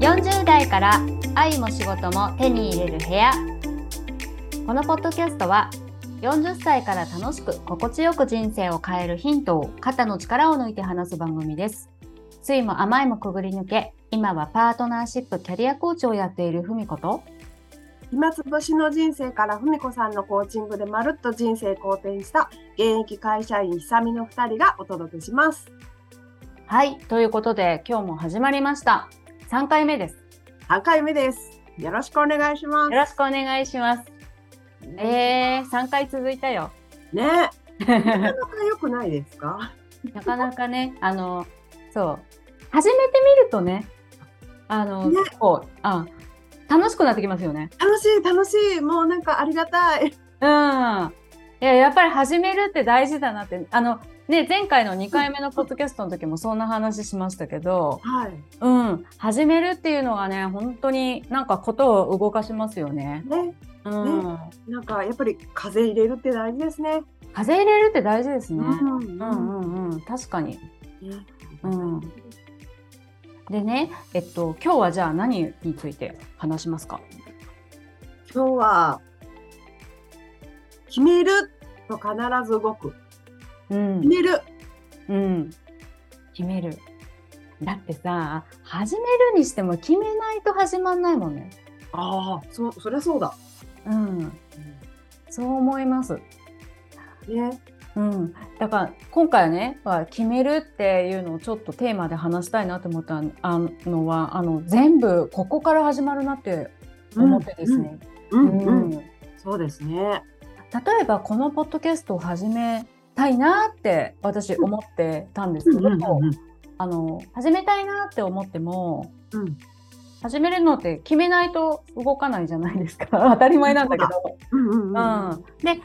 40代から愛も仕事も手に入れる部屋このポッドキャストは40歳から楽しく心地よく人生を変えるヒントを肩の力を抜いて話す番組ですついも甘いもくぐり抜け今はパートナーシップキャリアコーチをやっているふみこと暇つぶしの人生からふみこさんのコーチングでまるっと人生好転した現役会社員久美の2人がお届けします。はいということで今日も始まりました3回目です3回目です。よろしくお願いしますよ。ろしくお願いしますえー、3回続いたよね、なかなか良くないですかなかなかね、あの、そう、始めてみるとね、あの、ね結構あ、楽しくなってきますよね。楽しい楽しいもうなんかありがたい。うん。いや、やっぱり始めるって大事だなって、あの、ね、前回の2回目のポッドキャストの時もそんな話しましたけど、はい。うん、始めるっていうのはね、本当になんかことを動かしますよね。ね、うん。なんかやっぱり風入れるって大事ですね。風入れるって大事ですね。んうんうんうん、確かに。ねうんでね、えっと、今日はじゃあ何について話しますか今日は決めると必ず動く。うん決、める。うん、決めるだってさ始めるにしても決めないと始まんないもんねああ、そそりゃそうだ。うんそう思います、ね。うん、だから今回はねは決めるっていうのをちょっとテーマで話したいなと思ったあのはあの全部ここから始まるなって思ってですね、うんうんううんんうんそうですね。例えばこのポッドキャストを始めたいなって私思ってたんですけど、うんあの始めたいなって思ってもうん始めるのって決めないと動かないじゃないです か当たり前なんだけど。うんうんうんで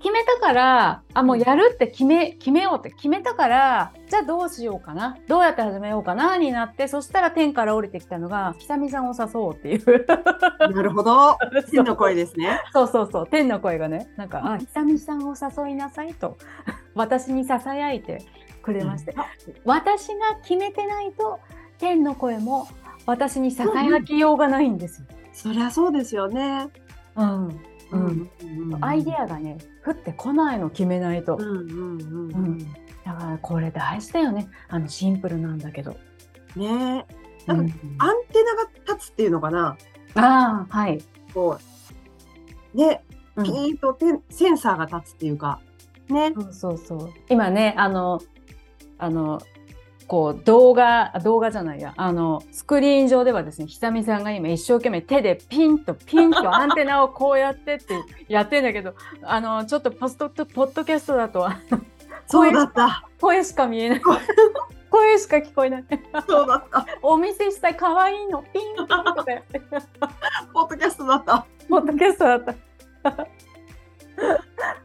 決めたからあもうやるって決め決めようって決めたからじゃあどうしようかなどうやって始めようかなになってそしたら天から降りてきたのが久美さんを誘おうっていう なるほど。天の声ですね。そうそうそう天の声がねなんか「あ久美さんを誘いなさい」と 私にささやいてくれまして、私が決めてないと天の声も私にささやきようがないんですよ。そりゃそうですよね。うんうんうんアイデアがね降ってこないの決めないと、うだんうんうんううんん。からこれ大事だよねあのシンプルなんだけど。ねえ。うなん、んアンテナが立つっていうのかな。ああはい、こう。ね、うんピーンとてんセンサーが立つっていうか。ね。そうそうそう今ねあのあのこう動画あ動画じゃないやあのスクリーン上ではですね久美さんが今一生懸命手でピンとピンとアンテナを こうやってってやってんだけどあのちょっとポストポッドキャストだとあのそう声だった。声しか見 えない声声しか聞こえないそうだった。お見せしたい可愛いのピンとかやってポッドキャストだった。ポッドキャストだ った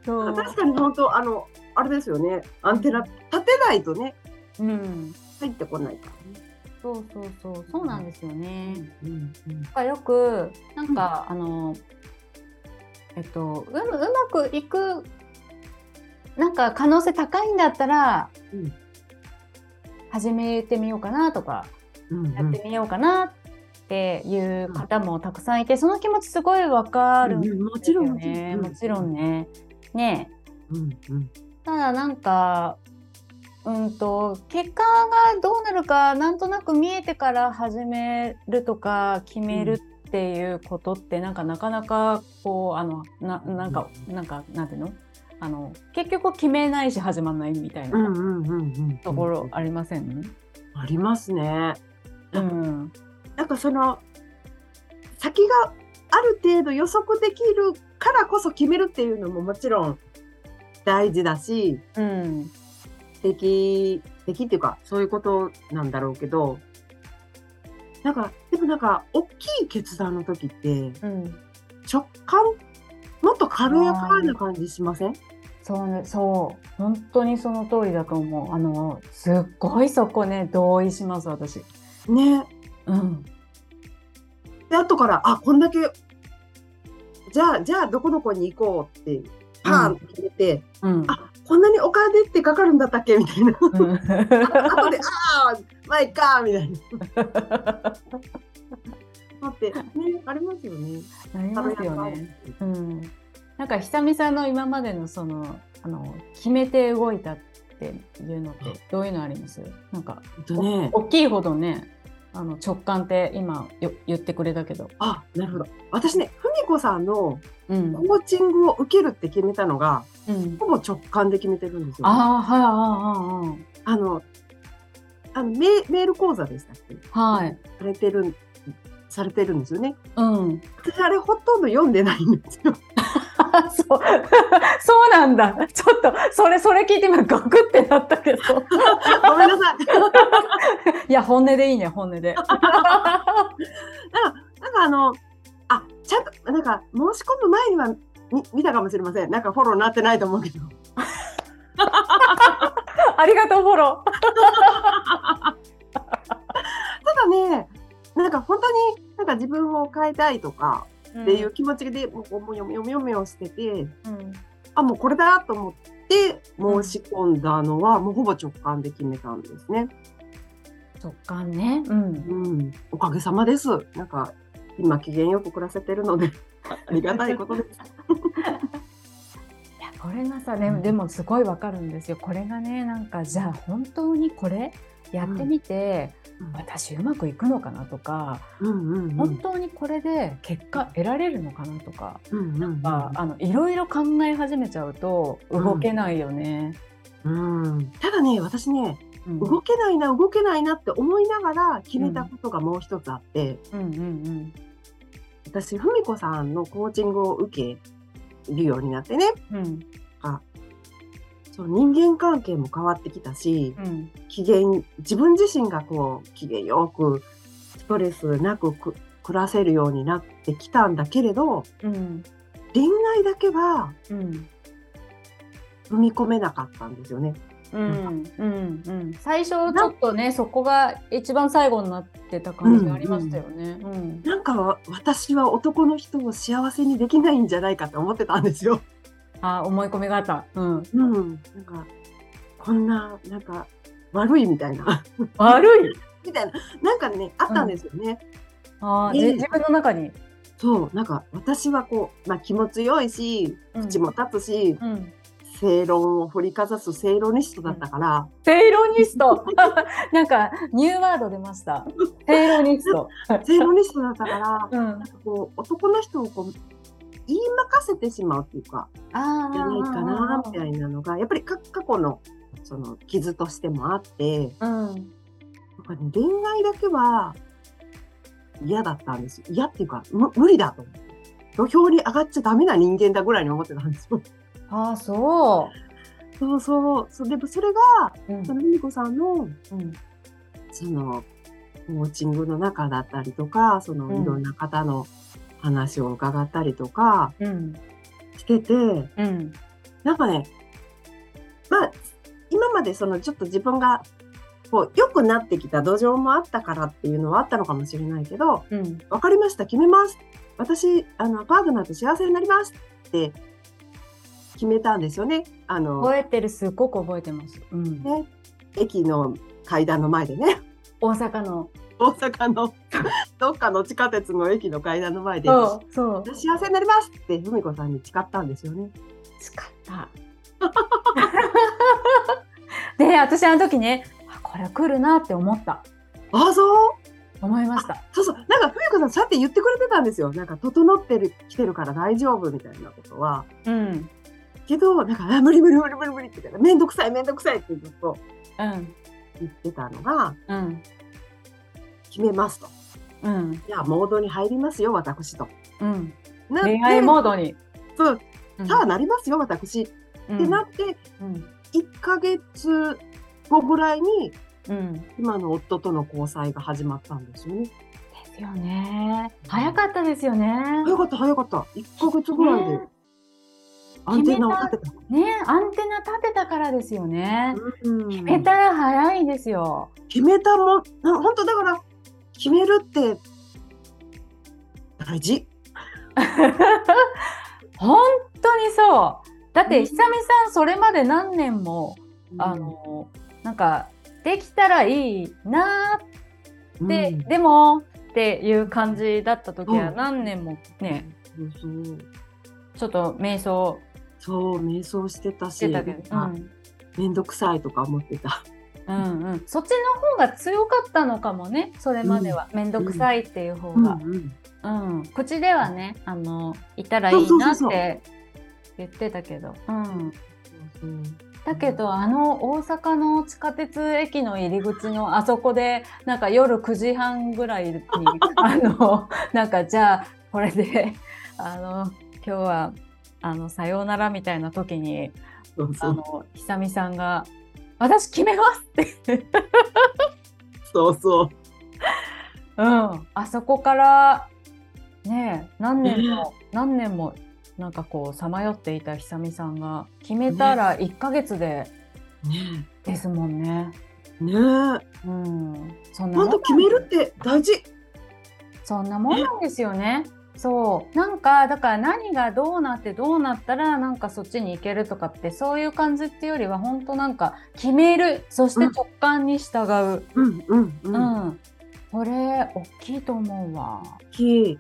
そう、確かに本当あのあれですよね。アンテナ立てないとねうん、入ってこないからね。そうそうそうそうなんですよね、うんうんなんかよくなんか、あのえっとううまくいくなんか可能性高いんだったら、うん始めてみようかなとか、うんうんやってみようかなっていう方もたくさんいてその気持ちすごいわかるんうでんもすちろよんね、もちろんね。ね。ねえうんうんただなんかうんと結果がどうなるかなんとなく見えてから始めるとか決めるっていうことってなんかなかなかこうあのななんかなんかなんていうのあの結局決めないし始まんないみたいうんなうんうんうん。ところありません、ありますね。うんなんかその先がある程度予測できるからこそ決めるっていうのももちろん大事だしうんできできっていうかそういうことなんだろうけどなんかでもなんか大きい決断の時ってうん、直感もっと軽やかな感じしませんそうねそう本当にその通りだと思うあのすっごいそこね同意します私。ねうんで後からあこんだけじゃあじゃあどこどこに行こうってパーンって決めて、うん あこんなにお金ってかかるんだったっけみたいな。うんあ後で、ああ、まあいっかみたいな。だってねありますよね。なりますよね。う食べやん、なんか久々の今までのそのあの決めて動いたっていうのってどういうのありますなんかすい。えっとね。大きいほどねあの直感って今よ言ってくれたけど、あなるほど。私ね文子さんのうんコーチングを受けるって決めたのがうん、ほぼ直感で決めてるんですよ。ああはいあのあのメメール講座でしたっけああはいされてるされてるんですよね。うん 私あれほとんど読んでないんですよ。あそう そうなんだちょっとそれそれ聞いて今ガクってなった けどごめんなさい。いや本音でいいね本音 でなんかあの、あ、ちゃんと、なんか申し込む前にはみ見たかもしれません。なんかフォローになってないと思うけど。 ありがとうフォロただね、なんか本当になんか自分を変えたいとかーっていう、気持ちで、もうもう読み読み読みをしてて、うんあ、もうこれだと思って申し込んだのは、もうほぼ直感で決めたんですね。直感ねうんうん。おかげさまです。なんか今機嫌よく暮らせてるので、ありがたいことです。いやこれがさでもでもすごいわかるんですよこれがねなんかじゃあ本当にこれやってみて、うん私うまくいくのかなとか、 うんうんうん。本当にこれで結果得られるのかなとか、うんうんうんああのいろいろ考え始めちゃうと動けないよね。うん。ただね、私ね、うん動けないな動けないなって思いながら決めたことがもう一つあって、うんうん私ふみこさんのコーチングを受けるようになってねうんうんそう人間関係も変わってきたしうん機嫌自分自身がこう機嫌よくストレスなくく暮らせるようになってきたんだけれどうん恋愛だけはうん踏み込めなかったんですよね。うんうんうん最初ちょっとねそこが一番最後になってた感じがありましたよね。うんなんかわ私は男の人を幸せにできないんじゃないかって思ってたんですよ。あ思い込みがあった。うんうん、なんかこんななんか悪いみたいな 悪いみたいななんかねあったんですよね。あー、ねじ自分の中に。そうなんか私はこう、まあ、気も強いし口も立つし、うん。正論を振りかざす正論ニストだったから、セイロニスト。 なんかニューワード出ました。セイロニスト。正論ニストだったからなんかうん。こう男の人をこう言い任せてしまうっていうかあじゃないかなみたいいなのがやっぱりか過去のその傷としてもあってな。うん。なんかね恋愛だけは嫌だったんですよ。嫌っていうか、む無理だと思って。土俵に上がっちゃダメな人間だぐらいに思ってたんですよ。ああ、そ そうそう。それでそれが、う。うんそ。のミミコさんの、うん。その、コーチングの中だったりとか、その、うんいろんな方の話を伺ったりとかうん。してて、うん。なんかね、まあ、今までその、ちょっと自分が、こう、良くなってきた土壌もあったからっていうのはあったのかもしれないけど、うん。わかりました、決めます。私、あの、パートナーと幸せになりますって決めたんですよね。あの、覚えてる、すっごく覚えてます。うん。ね、駅の階段の前でね、 大阪の。大阪の どっかの地下鉄の駅の階段の前で、そう。そう。私幸せになりますって、ふみこさんに誓ったんですよね。使った。 で、私あの時ね、あ、これ来るなって思った。ああ、そう思いました。そうそう。なんか、ふみこさん、そうやって言ってくれてたんですよ。なんか、整ってる、来てるから大丈夫みたいなことは。うん。けど、なんか、あ、無理無理無理無理無理って言って、めんどくさいめんどくさいってずっとうん。言ってたのが、うん。決めますと。うん。いや、モードに入りますよ、私と。うん。なって恋愛モードに。そう、うんさあなりますよ、私。ってうんなって、うん1ヶ月後ぐらいに、うん、で今の夫との交際が始まったんですよね。すよね。早かったですよね。早かった、早かった。1ヶ月ぐらいでねアンテナを立てた。ねアンテナ立てたからですよね。うん決めたら早いですよ。 決めたもん、な本当だから、決めるって、大事。本当にそう。だって久美さんそれまで何年も、あうん、のなんかできたらいいなーって、でもっていう感じだった時はうん何年もね、うん、そうそうちょっと瞑想そう瞑想してたししてたけど、うなんん、かめんどくさいとか思ってた。うんうん、そっちの方が強かったのかもねそれまでは、面倒くさいっていう方が、うんうん口ではねあのいたらいいなって言ってたけどうん、そうだけどあの大阪の地下鉄駅の入り口のあそこでなんか夜9時半ぐらい にあのなんかじゃあこれであの今日はあのさようならみたいな時にそうそあうの久美さんが「私決めます!」って。そうそううん、あそこからねえ何年も、何年もなんかこうさまよっていた久美さんが決めたら1ヶ月でねですもんね。えねえうん、そんなも本ん当決めるって大事。そんなもんなんですよね。そうなんかだから何がどうなってどうなったらなんかそっちに行けるとかってそういう感じっていうよりは本当なんか決めるそして直感に従う、うんうんう。うん大ん、これ大きいと思うわ。きい。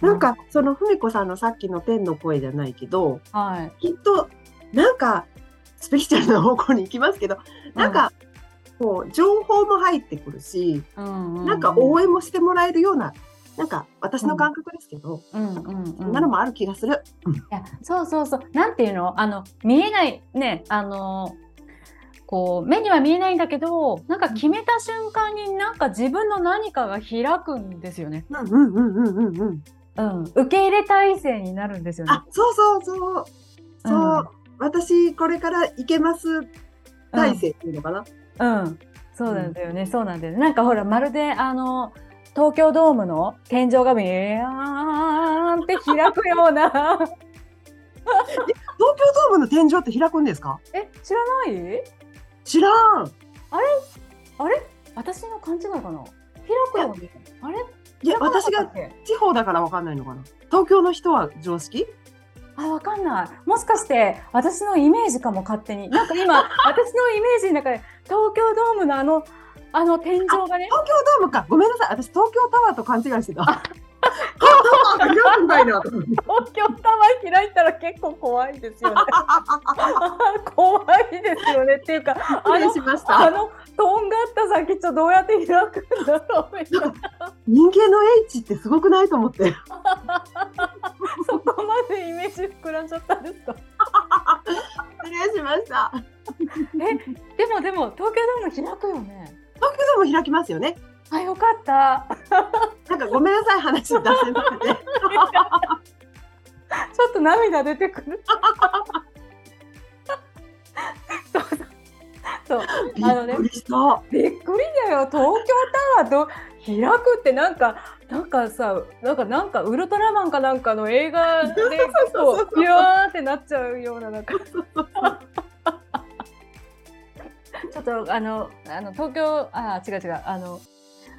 なんかその文子さんのさっきの天の声じゃないけど、はい、きっとなんかスピリチュアルな方向に行きますけど、なんかこう情報も入ってくるし、うんうん、なんか応援もしてもらえるような、なんか私の感覚ですけど、うんうんうん、そんなのもある気がする。いやそうそうそうなんていうのあの見えないねあのこう目には見えないんだけどなんか決めた瞬間になんか自分の何かが開くんですよね、うんうんうんうんうんうん。うん、受け入れ体制になるんですよねあ、そうそうそう。そう、うん私これから行けます体制っていうのかな。うん、そうなんだよね、そうなんだよねなんかほらまるであの東京ドームの天井がビヤーンって開くよう な東京ドームの天井って開くんですか？え知らない知らん。あれ私の感じなのかな開くよねあれいや、開かな私かったがっけ地方だからわかんないのかな。東京の人は常識？あ、わかんない。もしかして、私のイメージかも、勝手に。なんか今、 私のイメージの中で、東京ドームのあの、あの天井がね、東京ドームか。ごめんなさい。私東京タワーと勘違い してた。東京タワーが開くんだいなと思って。東京タワー開いたら結構怖いですよ ね。怖いですよね。っていうか、あ失礼の、しましあた。の、とんがった先、ちょっとどうやって開くんだろうみたい な。人間の H ってすごくないと思って。そこまでイメージ膨らんじゃったんですか。失礼しました。でもでも、東京ドーム開くよね。東京ドーム開きますよね。あ、よかった。なんかごめんなさい話出せなくて。ちょ っと涙出てくる。そうそう。そうびあのねっくりした。びっくりだよ。東京タワーと開くってなんかなんかさなんかなんかウルトラマンかなんかの映画でそうそうそうビューンってなっちゃうようななんか。 ちょっとあのあの東京あ違う違うあの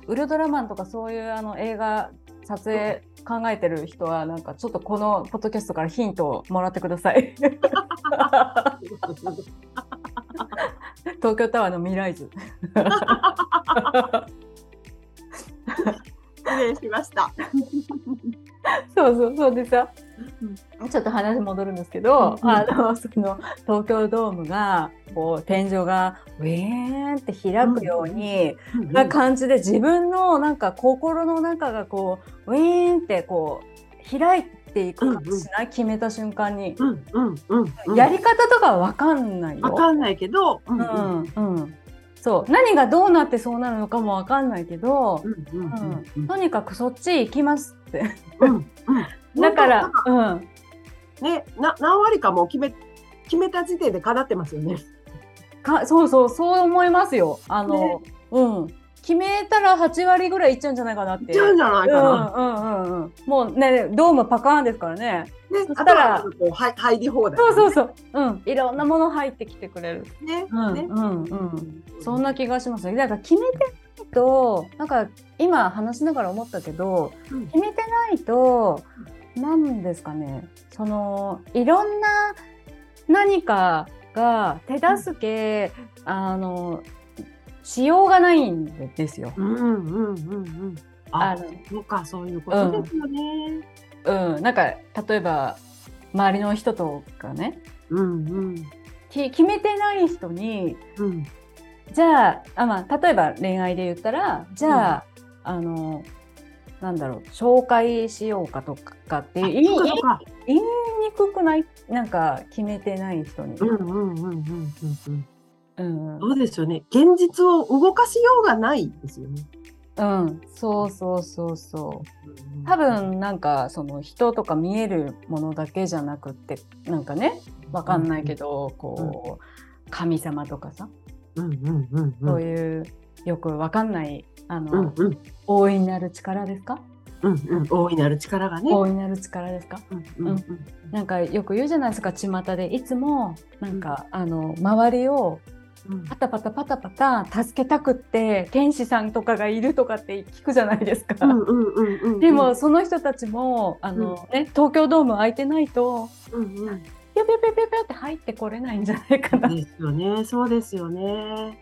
ウルトラマンとかそういうあの映画撮影考えてる人はなんかちょっとこのポッドキャストからヒントをもらってください 東京タワーの未来図失礼しました。そうそうそうでさ、うちょっと話戻るんですけど、うんうんあのその東京ドームがこう天井がウェーンって開くように、な感じで自分のなんか心の中がこうウェーンってこう開いていく感じしない、決めた瞬間に、うんうんうんうん。やり方とかは分かんないわよ。かんないけど。ううんうんんうん、そう何がどうなってそうなるのかも分かんないけど、うんうんうんうんとにかくそっち行きますって。うんうん。だから、うん、ね、な何割かもう決め決めた時点で叶ってますよね。かそうそうそう思いますよあの、うん決めたら8割ぐらいいっちゃうんじゃないかなってじゃうんじゃないかな。うんうんうんうんもうねドームパカーンですからねねそ、しあたとらはこうはい入り放題。そうそうそううんいろんなもの入ってきてくれるね。うんね。うんうんそんな気がしますだから決めてないとなんか今話しながら思ったけどうん決めてないとなんですかねそのいろんな何かが手助け、あのしようがないんですよ。うんうんうんうん。ああ、のそうか、そういうことですよね。うん、なんか例えば周りの人とかねうんうんき決めてない人にうんじゃああ、まあ、例えば恋愛で言ったらじゃあ,、あのなんだろう紹介しようかとかっていう言いそっかそっか言いにくくないなんか決めてない人に。うんうんうんうんうんうん。うんそうですよね。現実を動かしようがないですよね。うん、そうそうそうそう多分なんかその人とか見えるものだけじゃなくってなんかねわかんないけど。ど、こう神様とかさ、うんうんうんうん。そういうよくわかんないあの、うんうん大いなる力ですか、うんうん。大いなる力がね。大いなる力ですかうんうんうんなんかよく言うじゃないですか巷でいつもなんか、あの周りをうんパタパタパタパタ助けたくって天使さんとかがいるとかって聞くじゃないですか。うんうんうんうんうん。でも、その人たちもあの、ね、東京ドーム空いてないとうんうん。ピョピョピョピョピョって入ってこれないんじゃないかな。ですよね。そうですよね。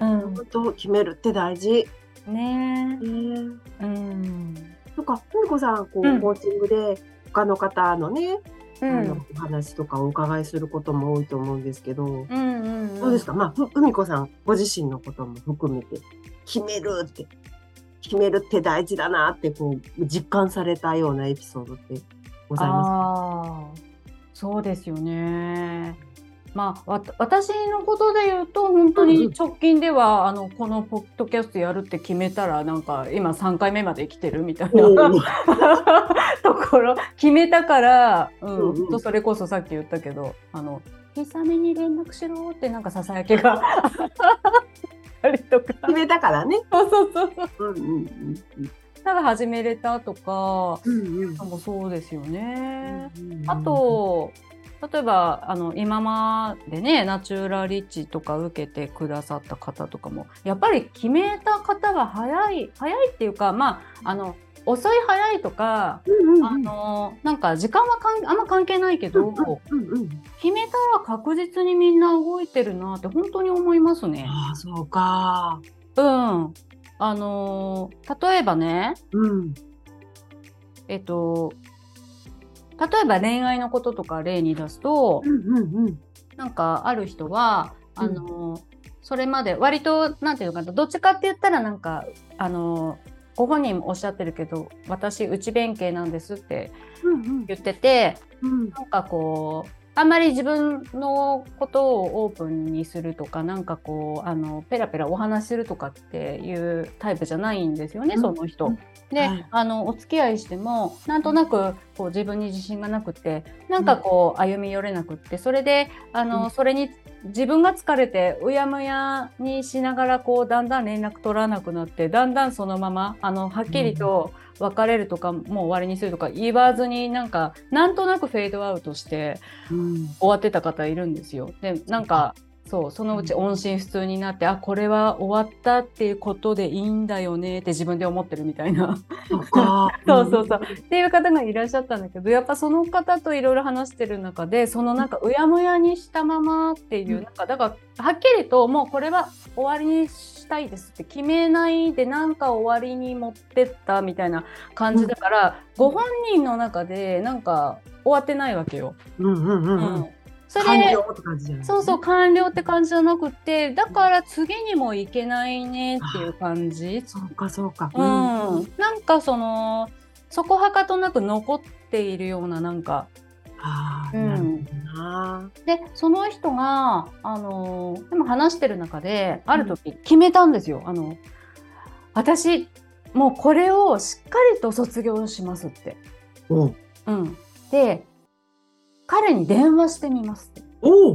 うん本当決めるって大事。ねね。えうんなんか、ふみこさん、こうう、んコーチングで、他の方のね、うあんのお話とかをお伺いすることも多いと思うんですけど、うんうんどうですか、まあ、ふ海子さんご自身のことも含めて、決めるって、決めるって大事だなって、こう、実感されたようなエピソードってございますかあーそうですよね。まあ、わた私のことで言うと本当うんうにん直近では、あのこのポッドキャストやるって決めたらなんか今3回目まで来てるみたいおなー ところ決めたから、うんうんうんほんとそれこそさっき言ったけどあの久めに連絡しろってなんかささやきが あったりとか決めたからね。そうそうそうそううんうんただ始めれたとかうんうんうんもそうですよね。うんあ、と例えばあの今までねナチュラリッチとか受けてくださった方とかもやっぱり決めた方は早い早いっていうかまああの遅い早いとか、うんうんうん、あのなんか時間はかんあんま関係ないけど、うんうん、決めたら確実にみんな動いてるなって本当に思いますね。ああ、そうか。うん、あの例えばねうん。えっと例えば恋愛のこととか例に出すと、うんうんうん。なんかある人はあの、それまで割となんていうのかなどっちかって言ったらなんかあのご本人もおっしゃってるけど私内弁慶なんですってうんうん言っててうんなんかこうあんまり自分のことをオープンにするとかなんかこうあのペラペラお話しするとかっていうタイプじゃないんですよね、うんその人。うんで、はいあのお付き合いしてもなんとなくこう自分に自信がなくてなんかこう歩み寄れなくってそれであの、うんそれに自分が疲れてうやむやにしながらこうだんだん連絡取らなくなってだんだんそのままあのはっきりと別れるとか、もう終わりにするとか言わずになんかなんとなくフェードアウトしてうん終わってた方いるんですよ。でなんかそうそのうち音信不通になって、あこれは終わったっていうことでいいんだよねって自分で思ってるみたいな。。そっかそうそうそう。っていう方がいらっしゃったんだけどやっぱその方といろいろ話してる中でそのなんかうやむやにしたままっていううんなんかだからはっきりともうこれは終わりにしたいですって決めないでなんか終わりに持ってったみたいな感じだから、ご本人の中でなんか終わってないわけよ。うんうんうんううん。それ完で了って感じじゃないそうそう完了って感じじゃなくてだから次にもいけないねっていう感じそうかそうか。うん、なんかそのそこはかとなく残っているようななんかあうあ、んなるほどな。でその人が、あのーでも話してる中である時決めたんですよ、あの私もうこれをしっかりと卒業しますって、おううん、で彼に電話してみますって、おう。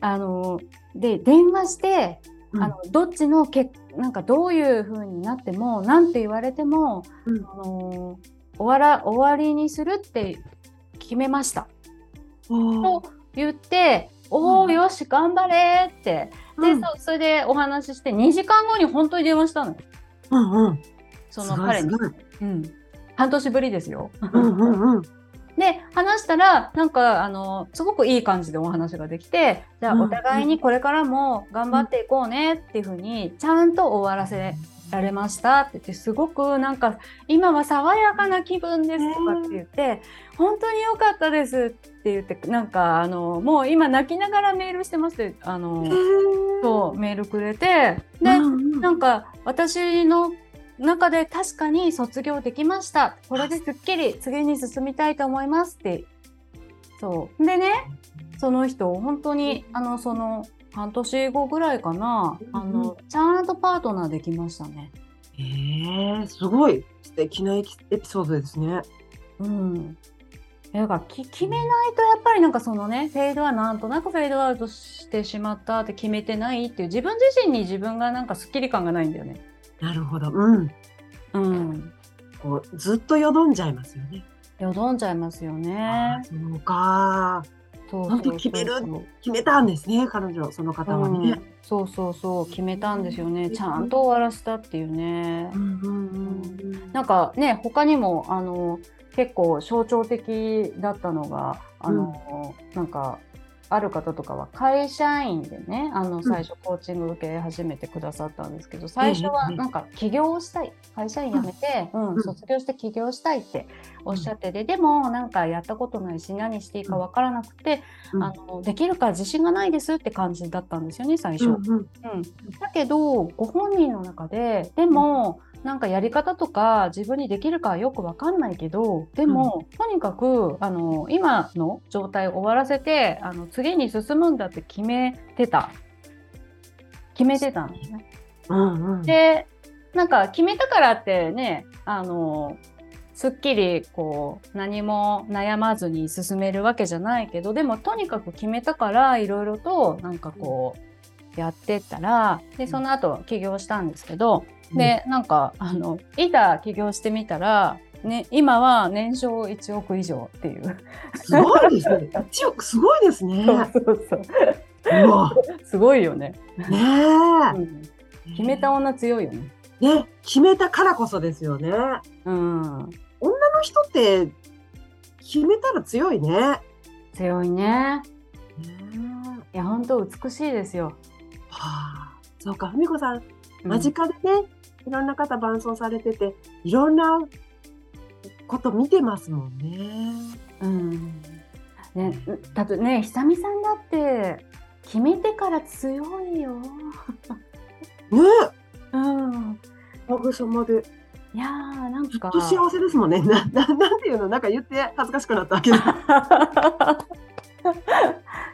あのーで電話して、うんあのどっちのけなんかどういう風になってもなんて言われても、うんあのー終わら終わりにするって決めましたおうと言って「おおうんよし頑張れ」ってで、うんそうそれでお話しして2時間後に本当に電話したのうんうん。そすのごい彼にすごいうん、半年ぶりですよ。うんうんうん。で、話したら、なんか、あの、すごくいい感じでお話ができて、じゃうんあお互いにこれからも頑張っていこうねっていうふうに、ちゃんと終わらせられましたって言って、すごくなんか、今は爽やかな気分ですとかって言って、本当に良かったですって言って、なんか、あの、もう今泣きながらメールしてますって、あの、そう、メールくれて、で、うんなんか私の中で確かに卒業できました。これですっきり次に進みたいと思いますって。そう。でね、その人、本当に、あの、その、半年後ぐらいかな、あの、ちゃんとパートナーできましたね。えー、すごい素敵なエピエピソードですね。うん。なんかき決めないとやっぱりなんかそのねフェードはなんとなくフェードアウトしてしまったって決めてないっていう自分自身に自分がなんかスッキリ感がないんだよね。なるほど。うん。うん。こうずっとよどんじゃいますよね。よどんじゃいますよあねー。そうか。そう本当決める決めたんですね、彼女、その方はうんね。、そうそうそう決めたんですよね、うんちゃんと終わらせたっていうね、んうんうんなんかね他にもあの結構象徴的だったのがあの、なんかある方とかは会社員でねあの最初コーチング受け始めてくださったんですけど最初はうんなんか起業したい会社員辞めて、うんうん卒業して起業したいっておっしゃっててでもなんかやったことないし何していいか分からなくて、うんあのできるか自信がないですって感じだったんですよね最初。うんううんん、だけどご本人の中ででも、なんかやり方とか自分にできるかはよくわかんないけどでも、とにかくあの今の状態を終わらせてあの次に進むんだって決めてた決めてたんですね。うんうん。でなんか決めたからってねあのすっきりこう何も悩まずに進めるわけじゃないけどでもとにかく決めたからいろいろとなんかこうやってったらでその後起業したんですけどでなんかあのいざ起業してみたら、ね、今は年商1億以上っていう。すごいですね。一億すごいですね。そうそううわ。すごいよね、ねうんえ。決めた女強いよね。ね、決めたからこそですよね。あうん、の人って決めたら強いね。ね強いね。えいや本当美しいですよ。はあ、そうか、文子さん、うん間近でね、いろんな方伴奏されてて、いろんなこと見てますもんね。うん。ね、だとね、久美さんだって決めてから強いよ。うん。ねえ、おかげさまで、いやーなんずっか。と幸せですもんね。な、 ななんていうの、なんか言って恥ずかしくなったわけど。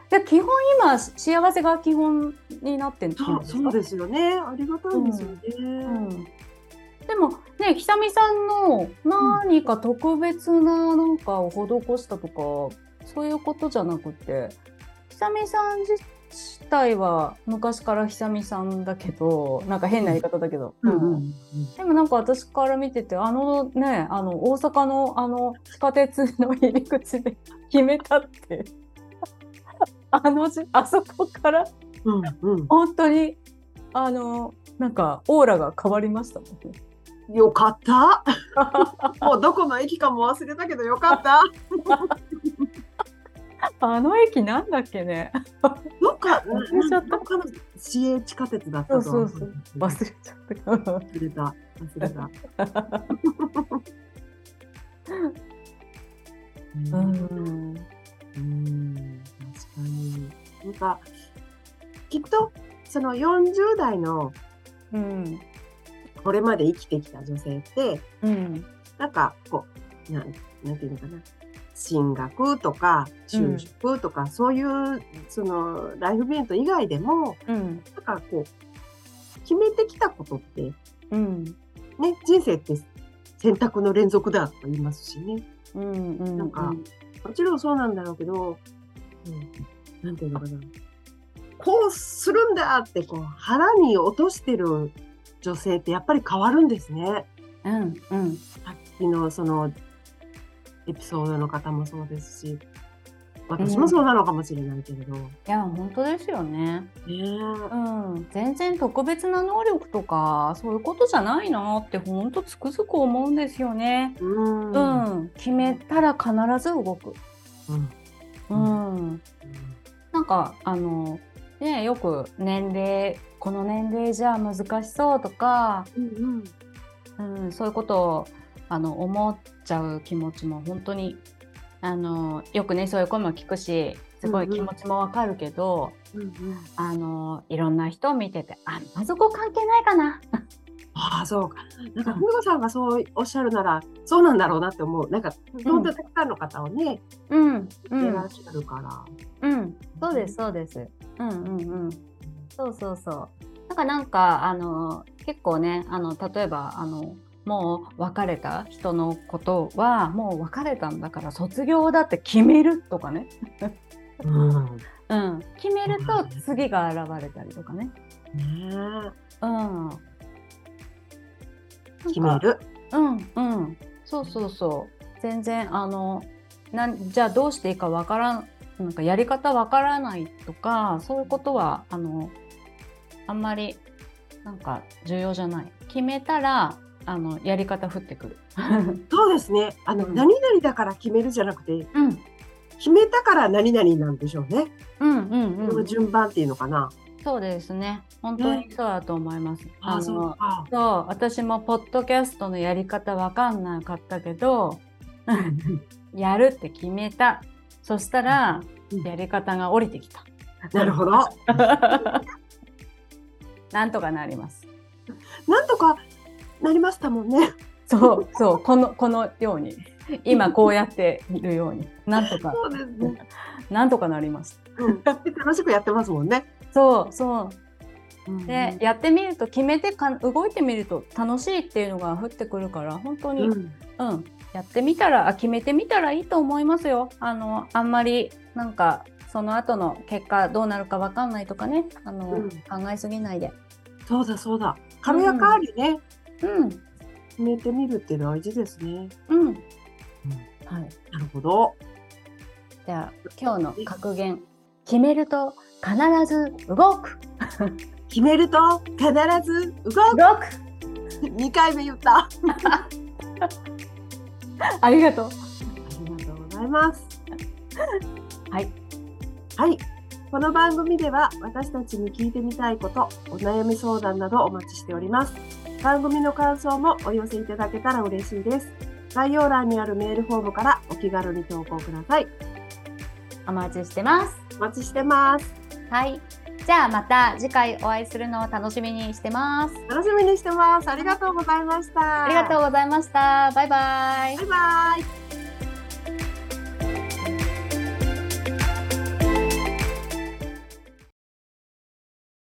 で基本今幸せが基本になってんっていそう、 そうですすよね。ありがたいですよね。か。うん。でもね、久美さんの何か特別ななんかを施したとか、そういうことじゃなくて、久美さん自体は昔から久美さんだけど、なんか変な言い方だけど、うんうんうん。でもなんか私から見ててあのねあの大阪のあの地下鉄の入り口で 決めたってあのじあそこからうんうん本当にあのなんかオーラが変わりましたもんね。よか った。もうどこの駅かも忘れたけどよかった。あの駅なんだっけねどっか、忘れちゃったどっかの市営地下鉄だったと思う。そうそう忘れちゃったかな。忘れた。忘れた。 うんうん確かに。なんか、きっと、その40代のうんこれまで生きてきた女性って、うんなんか、こう、なんなんていうのかな。進学とか、就職とか、そういう、その、ライフイベント以外でも、うんなんかこう、決めてきたことって、ね、うん人生って選択の連続だと言いますしね。うんうんなんかもちろんそうなんだろうけど、うん、なんていうのかな。こうするんだってこう腹に落としてる女性ってやっぱり変わるんですね。うんうんさっきのそのエピソードの方もそうですし、私もそうなのかもしれないけれど。ねいや本当ですよね。えうん、全然特別な能力とかそういうことじゃないなってほんとつくづく思うんですよね。うん。ううん。ん、決めたら必ず動く。うん、なんかあのねよく年齢この年齢じゃ難しそうとか、うん。うん、そういうことをあの思っちゃう気持ちも本当にあのよくねそういう声も聞くしすごい気持ちもわかるけど。うん。あのいろんな人を見ててああそこ関係ないかなああ、そうか。なんか、ふうさんがそうおっしゃるなら、そうなんだろうなって思う。なんか、本当にたくさんの方をね、うんういらんっしゃるから。うんそうですそうですうんうんうんそうそうそうなんかなんかあの結構ねあの例えばあのもう別れた人のことはもう別れたんだから卒業だって決めるとかね、うん。うん、決めると次が現れたりとかね、ねうん、え決める。うんうんそうそうそう全然あのなんじゃあどうしていいかわからんなんかやり方わからないとかそういうことはあのあんまりなんか重要じゃない決めたらあのやり方降ってくるそうですね。あの、うん何々だから決めるじゃなくて、うん決めたから何々なんでしょうね。うんうんこうのん順番っていうのかな。そうですね本当にそうだと思います、あああ、そうのか。そう私もポッドキャストのやり方わかんなかったけどやるって決めたそしたらうんやり方が降りてきた なるほど。なんとかなります。なんとかなりましたもんね。そうそうこのこのように今こうやっているようになんと かそうですね。なんとかなります。うん、楽しくやってますもんね。そうそうでね、やってみると決めてか動いてみると楽しいっていうのが降ってくるから本当に、うんん、やってみたらあ決めてみたらいいと思いますよ。あのあんまりなんかその後の結果どうなるかわかんないとかねあの、うん考えすぎないで。そうだそうだ。軽やかにね、うん決めてみるっていうのは大事ですね。うん、はい。なるほど。じゃあ今日の格言決めると必ず動く決めると必ず動動くく。2回目言った。あありがとうりがとうござい ます。はいはい。この番組では私たちに聞いてみたいこと、お悩み相談などお待ちしております。番組の感想もお寄せいただけたら嬉しいです。概要欄にあるメールフォームからお気軽に投稿ください。お待ちしてますお待ちしてます。はいじゃあまた次回お会いするのを楽しみにしてます楽しみにしてます。ありがとうございました。ありがとうございましたバイバイバイバイ。